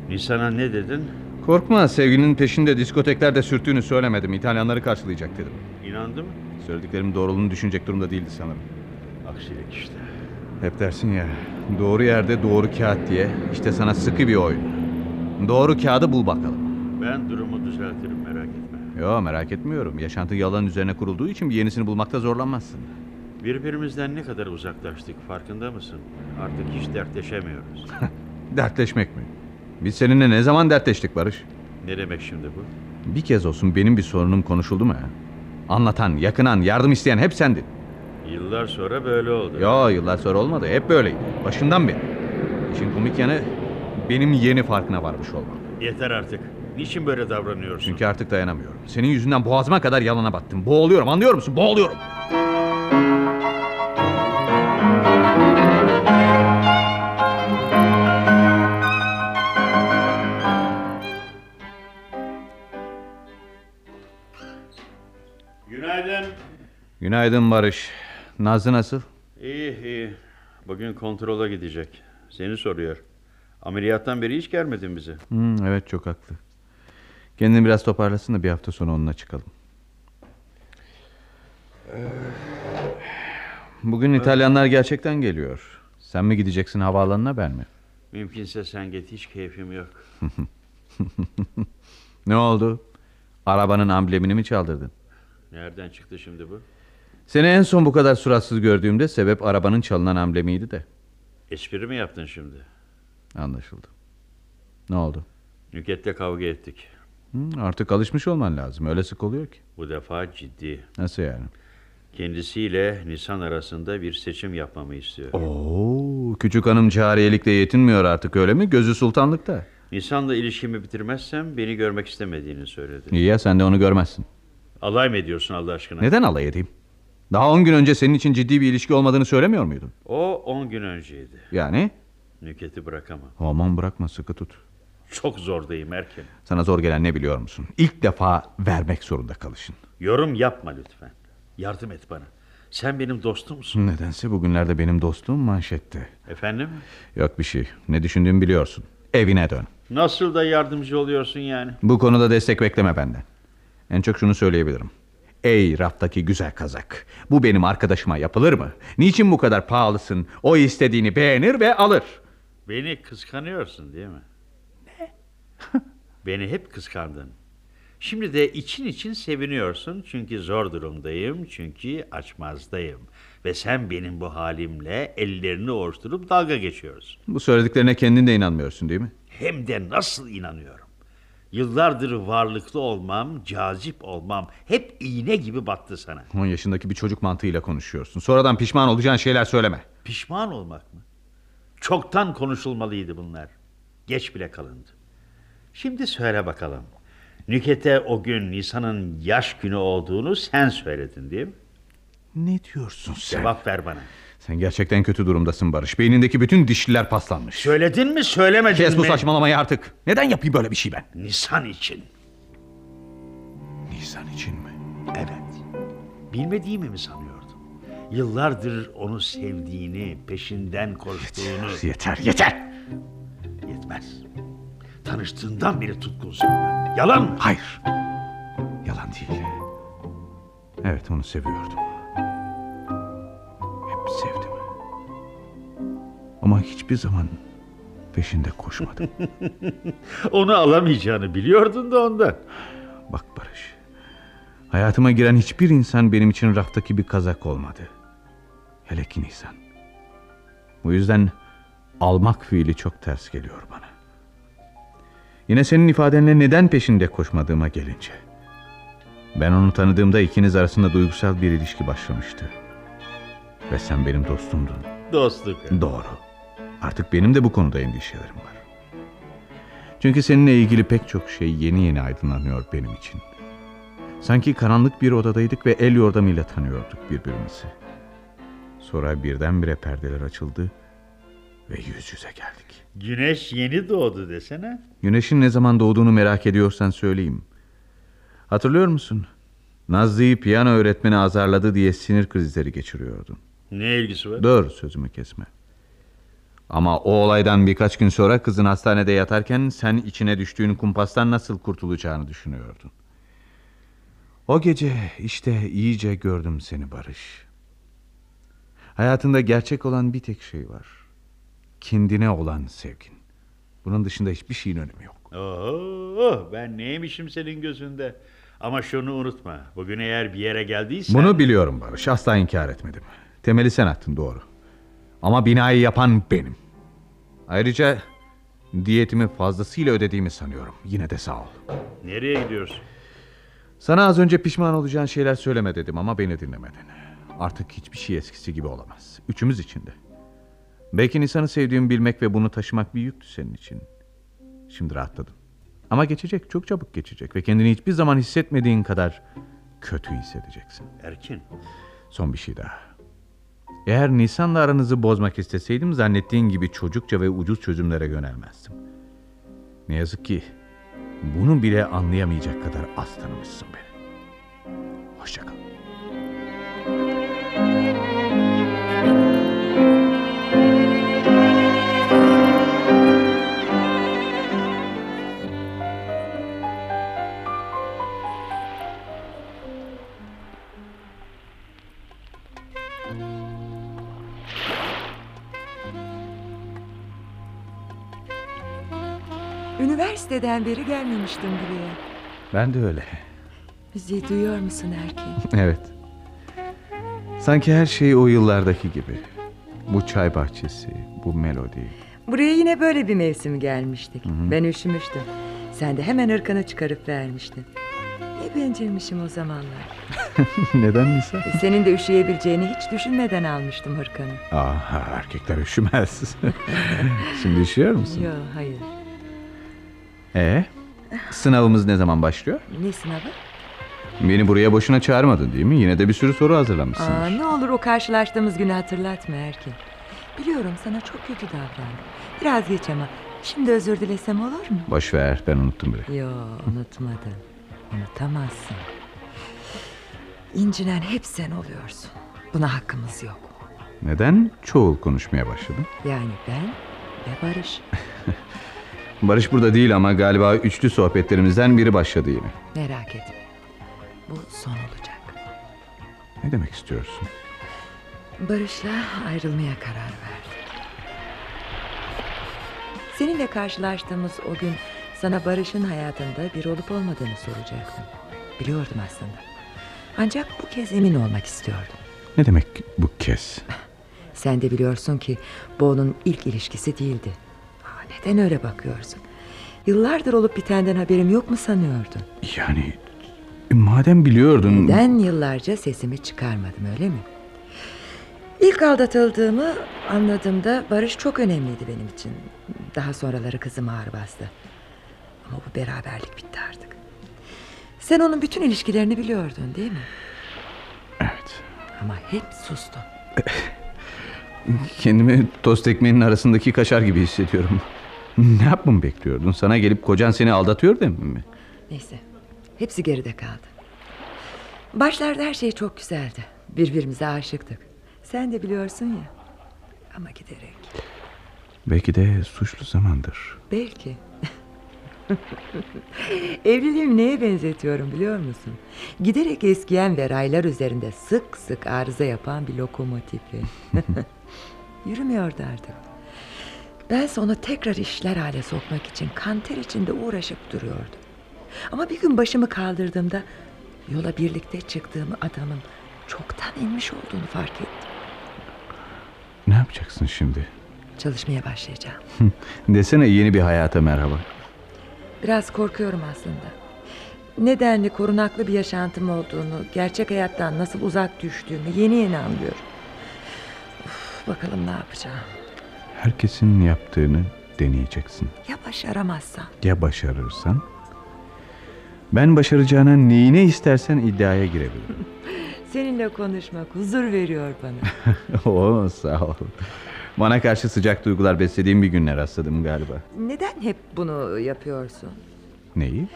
S3: Nisan'a ne dedin?
S4: Korkma sevgilinin peşinde diskoteklerde sürttüğünü söylemedim. İtalyanları karşılayacak dedim.
S3: İnandı mı?
S4: Söylediklerim doğruluğunu düşünecek durumda değildi sanırım.
S3: Aksilik işte.
S4: Hep dersin ya, doğru yerde doğru kağıt diye. İşte sana sıkı bir oyun. Doğru kağıdı bul bakalım.
S3: Ben durumu düzeltirim merak etme.
S4: Yo merak etmiyorum. Yaşantı yalan üzerine kurulduğu için bir yenisini bulmakta zorlanmazsın.
S3: Birbirimizden ne kadar uzaklaştık farkında mısın? Artık hiç dertleşemiyoruz.
S4: Dertleşmek mi? Biz seninle ne zaman dertleştik Barış?
S3: ne demek şimdi bu?
S4: Bir kez olsun benim bir sorunum konuşuldu mu? ha? Anlatan, yakınan, yardım isteyen hep sendin.
S3: Yıllar sonra böyle oldu.
S4: Yo yıllar sonra olmadı. Hep böyleydi. Başından beri. İşin komik yanı benim yeni farkına varmış olmam.
S3: Yeter artık. Niçin böyle davranıyorsun?
S4: Çünkü artık dayanamıyorum. Senin yüzünden boğazıma kadar yalana battım. Boğuluyorum anlıyor musun? Boğuluyorum.
S3: Günaydın.
S4: Günaydın Barış. Nazlı nasıl?
S3: İyi iyi. Bugün kontrola gidecek. Seni soruyor. Ameliyattan beri hiç gelmedin bize.
S4: Hmm, evet çok haklı. Kendini biraz toparlasın da bir hafta sonra onunla çıkalım. Ee, Bugün İtalyanlar gerçekten geliyor. Sen mi gideceksin havaalanına ben mi?
S3: Mümkünse sen git hiç keyfim yok.
S4: Ne oldu? Arabanın amblemini mi çaldırdın?
S3: Nereden çıktı şimdi bu?
S4: Seni en son bu kadar suratsız gördüğümde sebep arabanın çalınan amblemiydi de.
S3: Espri mi yaptın şimdi?
S4: Anlaşıldı. Ne oldu?
S3: Nüket'le kavga ettik.
S4: Hı, artık alışmış olman lazım. Öyle sık oluyor ki.
S3: Bu defa ciddi.
S4: Nasıl yani?
S3: Kendisiyle Nisan arasında bir seçim yapmamı istiyor.
S4: Oh. Oo, küçük hanım cariyelikle yetinmiyor artık öyle mi? Gözü sultanlıkta.
S3: Nisan'la ilişkimi bitirmezsem beni görmek istemediğini söyledi.
S4: İyi ya sen de onu görmezsin.
S3: Alay mı ediyorsun Allah aşkına?
S4: Neden alay edeyim? Daha 10 gün önce senin için ciddi bir ilişki olmadığını söylemiyor muydum?
S3: O 10 gün önceydi.
S4: Yani?
S3: Nüket'i bırakamam.
S4: Aman bırakma sıkı tut.
S3: Çok zordayım Erkin.
S4: Sana zor gelen ne biliyor musun? İlk defa vermek zorunda kalışın.
S3: Yorum yapma lütfen. Yardım et bana. Sen benim dostumsun.
S4: Nedense bugünlerde benim dostum manşette.
S3: Efendim?
S4: Yok bir şey. Ne düşündüğümü biliyorsun. Evine dön.
S3: Nasıl da yardımcı oluyorsun yani?
S4: Bu konuda destek bekleme benden. En çok şunu söyleyebilirim. Ey raftaki güzel kazak. Bu benim arkadaşıma yapılır mı? Niçin bu kadar pahalısın? O istediğini beğenir ve alır.
S3: Beni kıskanıyorsun değil mi? Ne? Beni hep kıskandın. Şimdi de için için seviniyorsun çünkü zor durumdayım, çünkü açmazdayım. Ve sen benim bu halimle ellerini ovuşturup dalga geçiyorsun.
S4: Bu söylediklerine kendin de inanmıyorsun değil mi?
S3: Hem de nasıl inanıyorum. Yıllardır varlıklı olmam, cazip olmam hep iğne gibi battı sana.
S4: 10 yaşındaki bir çocuk mantığıyla konuşuyorsun. Sonradan pişman olacağın şeyler söyleme.
S3: Pişman olmak mı? Çoktan konuşulmalıydı bunlar. Geç bile kalındı. Şimdi söyle bakalım. Nükete o gün Nisan'ın yaş günü olduğunu sen söyledin değil mi?
S4: Ne diyorsun sen?
S3: Cevap ver bana.
S4: Sen gerçekten kötü durumdasın Barış. Beynindeki bütün dişliler paslanmış.
S3: Söyledin mi söylemedin
S4: Kes bu
S3: mi?
S4: saçmalamayı artık. Neden yapayım böyle bir şey ben?
S3: Nisan için.
S4: Nisan için mi?
S3: Evet. Bilmediğimi mi sanıyordum? Yıllardır onu sevdiğini, peşinden koştuğunu...
S4: Yeter yeter.
S3: Yetmez. Tanıştığından beri tutkunsun. Yalan mı?
S4: Hayır. Yalan değil. Evet onu seviyordum. Hep sevdim. Ama hiçbir zaman peşinde koşmadım.
S3: Onu alamayacağını biliyordun da ondan.
S4: Bak Barış. Hayatıma giren hiçbir insan benim için raftaki bir kazak olmadı. Hele ki Nisan. Bu yüzden almak fiili çok ters geliyor bana. Yine senin ifadenle neden peşinde koşmadığıma gelince. Ben onu tanıdığımda ikiniz arasında duygusal bir ilişki başlamıştı. Ve sen benim dostumdun.
S3: Dostluk.
S4: Doğru. Artık benim de bu konuda endişelerim var. Çünkü seninle ilgili pek çok şey yeni yeni aydınlanıyor benim için. Sanki karanlık bir odadaydık ve el yordamıyla tanıyorduk birbirimizi. Sonra birdenbire perdeler açıldı ve yüz yüze geldik.
S3: Güneş yeni doğdu desene.
S4: Güneşin ne zaman doğduğunu merak ediyorsan söyleyeyim. Hatırlıyor musun? Nazlı'yı piyano öğretmeni azarladı diye sinir krizleri geçiriyordun.
S3: Ne ilgisi var?
S4: Dur sözümü kesme. Ama o olaydan birkaç gün sonra kızın hastanede yatarken sen içine düştüğün kumpastan nasıl kurtulacağını düşünüyordun. O gece işte iyice gördüm seni Barış. Hayatında gerçek olan bir tek şey var. Kendine olan sevgin. Bunun dışında hiçbir şeyin önemi yok.
S3: Oho, ben neymişim senin gözünde. Ama şunu unutma. Bugün eğer bir yere geldiysen...
S4: Bunu biliyorum Barış. Asla inkar etmedim. Temeli sen attın doğru. Ama binayı yapan benim. Ayrıca diyetimi fazlasıyla ödediğimi sanıyorum. Yine de sağ ol.
S3: Nereye gidiyorsun?
S4: Sana az önce pişman olacağın şeyler söyleme dedim ama beni dinlemedin. Artık hiçbir şey eskisi gibi olamaz. Üçümüz için de. Belki Nisan'ı sevdiğimi bilmek ve bunu taşımak bir yüktü senin için. Şimdi rahatladım. Ama geçecek, çok çabuk geçecek ve kendini hiçbir zaman hissetmediğin kadar kötü hissedeceksin.
S3: Erkin.
S4: Son bir şey daha. Eğer Nisan'la aranızı bozmak isteseydim zannettiğin gibi çocukça ve ucuz çözümlere yönelmezdim. Ne yazık ki bunu bile anlayamayacak kadar az tanımışsın beni. Hoşça kal.
S5: Üniversiteden beri gelmemiştim buraya.
S4: Ben de öyle.
S5: Müziği duyuyor musun erkeğim?
S4: Evet. Sanki her şey o yıllardaki gibi. Bu çay bahçesi, bu melodi.
S5: Buraya yine böyle bir mevsim gelmiştik. Ben üşümüştüm. Sen de hemen ırkını çıkarıp vermiştin. Ne bencilmişim o zamanlar.
S4: Neden Nisa?
S5: E, Senin de üşüyebileceğini hiç düşünmeden almıştım hırkanı.
S4: Aa, erkekler üşümez. Şimdi üşüyor musun?
S5: Yok hayır.
S4: Ee, sınavımız ne zaman başlıyor?
S5: Ne sınavı?
S4: Beni buraya boşuna çağırmadın değil mi? Yine de bir sürü soru hazırlamışsın.
S5: Aa, ne olur o karşılaştığımız günü hatırlatma erkeğim. Biliyorum sana çok kötü davrandım. Biraz geç ama. Şimdi özür dilesem olur mu?
S4: Boş ver, ben unuttum bile.
S5: Yo unutmadım. Unutamazsın. İncinen hep sen oluyorsun. Buna hakkımız yok.
S4: Neden çoğul konuşmaya başladın?
S5: Yani ben ve Barış.
S4: Barış burada değil ama galiba üçlü sohbetlerimizden biri başladı yine.
S5: Merak etme. Bu son olacak.
S4: Ne demek istiyorsun?
S5: Barış'la ayrılmaya karar verdik. Seninle karşılaştığımız o gün sana Barış'ın hayatında bir olup olmadığını soracaktım. Biliyordum aslında. Ancak bu kez emin olmak istiyordum.
S4: Ne demek bu kez?
S5: Sen de biliyorsun ki bu onun ilk ilişkisi değildi. Aa, Neden öyle bakıyorsun? Yıllardır olup bitenden haberim yok mu sanıyordun?
S4: Yani madem biliyordun...
S5: Ben yıllarca sesimi çıkarmadım öyle mi? İlk aldatıldığımı anladığımda Barış çok önemliydi benim için. Daha sonraları kızım ağır bastı. Ama bu beraberlik bitti artık. Sen onun bütün ilişkilerini biliyordun değil mi?
S4: Evet.
S5: Ama hep sustun.
S4: Kendimi tost ekmeğinin arasındaki kaşar gibi hissediyorum. Ne yapmamı bekliyordun? Sana gelip kocan seni aldatıyor demin mi?
S5: Neyse hepsi geride kaldı. Başlarda her şey çok güzeldi. Birbirimize aşıktık. Sen de biliyorsun ya. Ama giderek.
S4: Belki de suçlu zamandır.
S5: Belki. Evliliğimi neye benzetiyorum biliyor musun? Giderek eskiyen ve raylar üzerinde sık sık arıza yapan bir lokomotifi. Yürümüyordu artık. Ben onu tekrar işler hale sokmak için kanter içinde uğraşıp duruyordum. Ama bir gün başımı kaldırdığımda yola birlikte çıktığım adamın çoktan inmiş olduğunu fark ettim.
S4: Ne yapacaksın şimdi?
S5: Çalışmaya başlayacağım.
S4: Desene yeni bir hayata merhaba.
S5: Biraz korkuyorum aslında. Nedenli korunaklı bir yaşantım olduğunu, gerçek hayattan nasıl uzak düştüğümü yeni yeni anlıyorum. Uf, bakalım ne yapacağım.
S4: Herkesin yaptığını deneyeceksin.
S5: Ya başaramazsam?
S4: Ya başarırsan? Ben başaracağına neyine istersen iddiaya girebilirim.
S5: Seninle konuşmak huzur veriyor bana.
S4: Oo sağ ol. Bana karşı sıcak duygular beslediğim bir günler rastladım galiba.
S5: Neden hep bunu yapıyorsun?
S4: Neyi?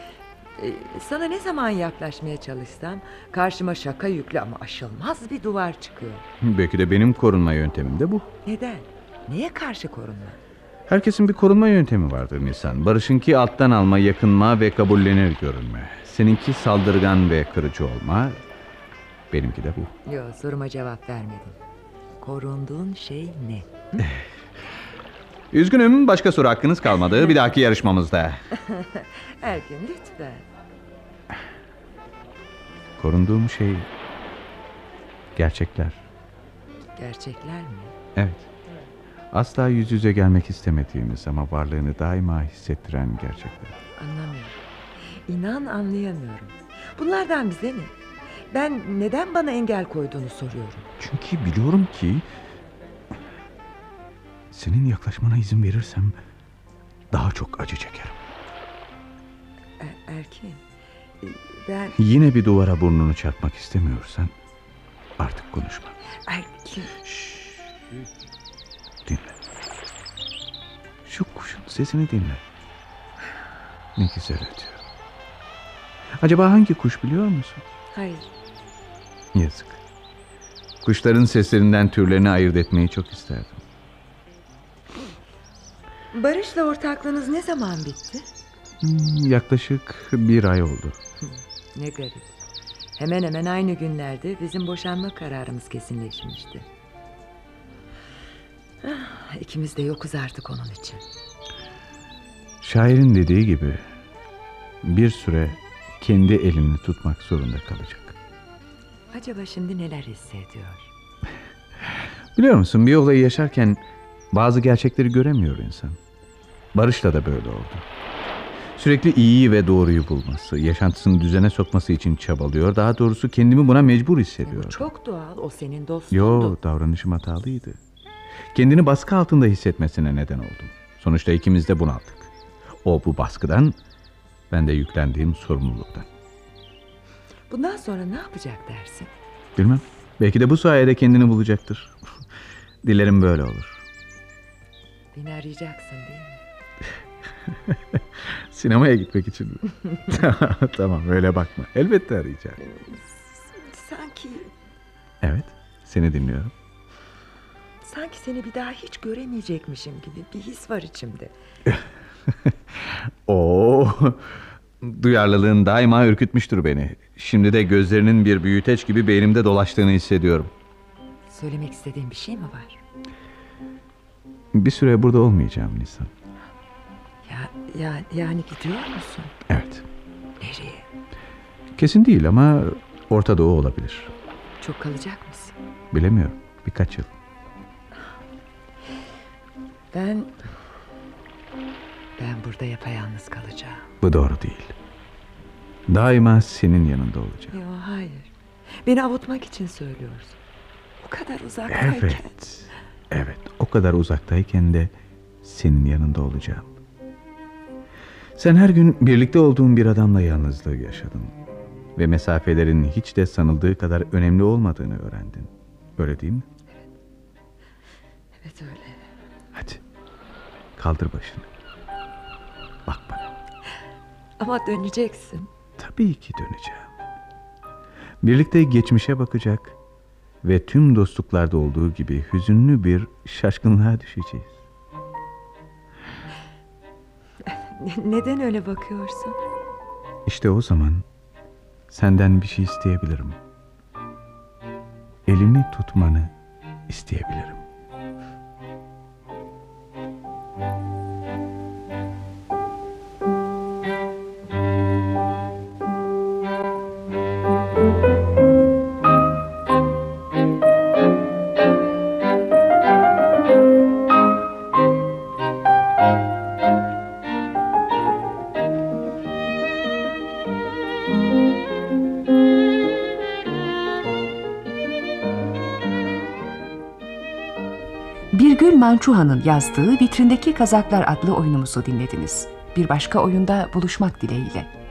S5: Ee, sana ne zaman yaklaşmaya çalışsam karşıma şaka yüklü ama aşılmaz bir duvar çıkıyor.
S4: Belki de benim korunma yöntemim de bu.
S5: Neden? Neye karşı korunma?
S4: Herkesin bir korunma yöntemi vardır Nisan. Barış'ınki alttan alma, yakınma ve kabullenir görünme. Seninki saldırgan ve kırıcı olma. Benimki de bu.
S5: Yok soruma cevap vermedin. Korunduğun şey ne?
S4: Üzgünüm başka soru hakkınız kalmadı. Bir dahaki yarışmamızda.
S5: Erkin lütfen.
S4: Korunduğum şey gerçekler.
S5: Gerçekler mi?
S4: Evet. Asla yüz yüze gelmek istemediğimiz ama varlığını daima hissettiren gerçekler.
S5: Anlamıyorum. İnan anlayamıyorum. Bunlardan bize ne? Ben neden bana engel koyduğunu soruyorum.
S4: Çünkü biliyorum ki senin yaklaşmana izin verirsem daha çok acı çekerim.
S5: E- Erkin. e, Ben
S4: Yine bir duvara burnunu çarpmak istemiyorsan artık konuşma.
S5: Erkin.
S4: Dinle. Şu kuşun sesini dinle. Ne güzel ötüyor. Acaba hangi kuş biliyor musun?
S5: Hayır.
S4: Yazık. Kuşların seslerinden türlerini ayırt etmeyi çok isterdim.
S5: Barış'la ortaklığınız ne zaman bitti?
S4: Hmm, yaklaşık bir ay oldu.
S5: Ne garip. Hemen hemen aynı günlerde bizim boşanma kararımız kesinleşmişti. Ah, İkimiz de yokuz artık onun için.
S4: Şairin dediği gibi bir süre kendi elini tutmak zorunda kalacak.
S5: Acaba şimdi neler hissediyor?
S4: Biliyor musun bir olayı yaşarken bazı gerçekleri göremiyor insan. Barış'la da böyle oldu. Sürekli iyiyi ve doğruyu bulması, yaşantısını düzene sokması için çabalıyor. Daha doğrusu kendimi buna mecbur hissediyorum.
S5: Çok doğal o senin dostundu.
S4: Yo, davranışım hatalıydı. Kendini baskı altında hissetmesine neden oldum. Sonuçta ikimiz de bunaldık. O bu baskıdan, ben de yüklendiğim sorumluluktan.
S5: Bundan sonra ne yapacak dersin?
S4: Bilmem. Belki de bu sayede kendini bulacaktır. Dilerim böyle olur.
S5: Beni arayacaksın değil mi?
S4: Sinemaya gitmek için mi? Tamam, tamam öyle bakma. Elbette arayacağım.
S5: Sanki,
S4: Evet seni dinliyorum.
S5: sanki seni bir daha hiç göremeyecekmişim gibi bir his var içimde.
S4: Oo, duyarlılığın daima ürkütmüştür beni. Şimdi de gözlerinin bir büyüteç gibi beynimde dolaştığını hissediyorum.
S5: Söylemek istediğin bir şey mi var?
S4: Bir süre burada olmayacağım Nisan.
S5: Ya, ya yani gidiyor musun?
S4: Evet.
S5: Nereye?
S4: Kesin değil ama Orta Doğu olabilir.
S5: Çok kalacak mısın?
S4: Bilemiyorum. Birkaç yıl.
S5: Ben ben burada yapayalnız kalacağım.
S4: Bu doğru değil. Daima senin yanında olacağım.
S5: Yok hayır. Beni avutmak için söylüyorsun. O kadar uzaktayken.
S4: Evet. Evet. O kadar uzaktayken de senin yanında olacağım. Sen her gün birlikte olduğun bir adamla yalnızlığı yaşadın. Ve mesafelerin hiç de sanıldığı kadar önemli olmadığını öğrendin. Öyle değil mi?
S5: Evet öyle.
S4: Hadi. Kaldır başını. Bak bana.
S5: Ama döneceksin.
S4: Tabii ki döneceğim. Birlikte geçmişe bakacak ve tüm dostluklarda olduğu gibi hüzünlü bir şaşkınlığa düşeceğiz.
S5: Ne- Neden öyle bakıyorsun?
S4: İşte o zaman senden bir şey isteyebilirim. Elimi tutmanı isteyebilirim.
S2: Birgül Mançuhan'ın yazdığı Vitrindeki Kazaklar adlı oyunumuzu dinlediniz. Bir başka oyunda buluşmak dileğiyle.